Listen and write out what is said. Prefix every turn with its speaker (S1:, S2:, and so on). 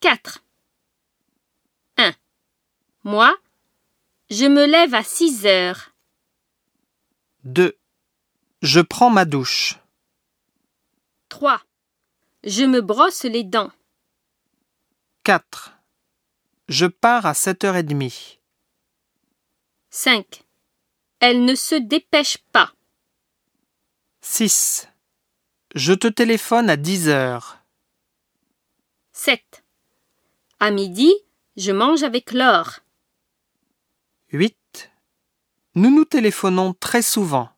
S1: 4. 1. Moi, je me lève à 6 heures.
S2: 2. Je prends ma douche.
S1: 3. Je me brosse les dents.
S2: 4. Je pars à 7h30.
S1: 5. Elle ne se dépêche pas.
S2: 6. Je te téléphone à 10h.
S1: 7. À midi, je mange avec Laure.
S2: 8. Nous nous téléphonons très souvent.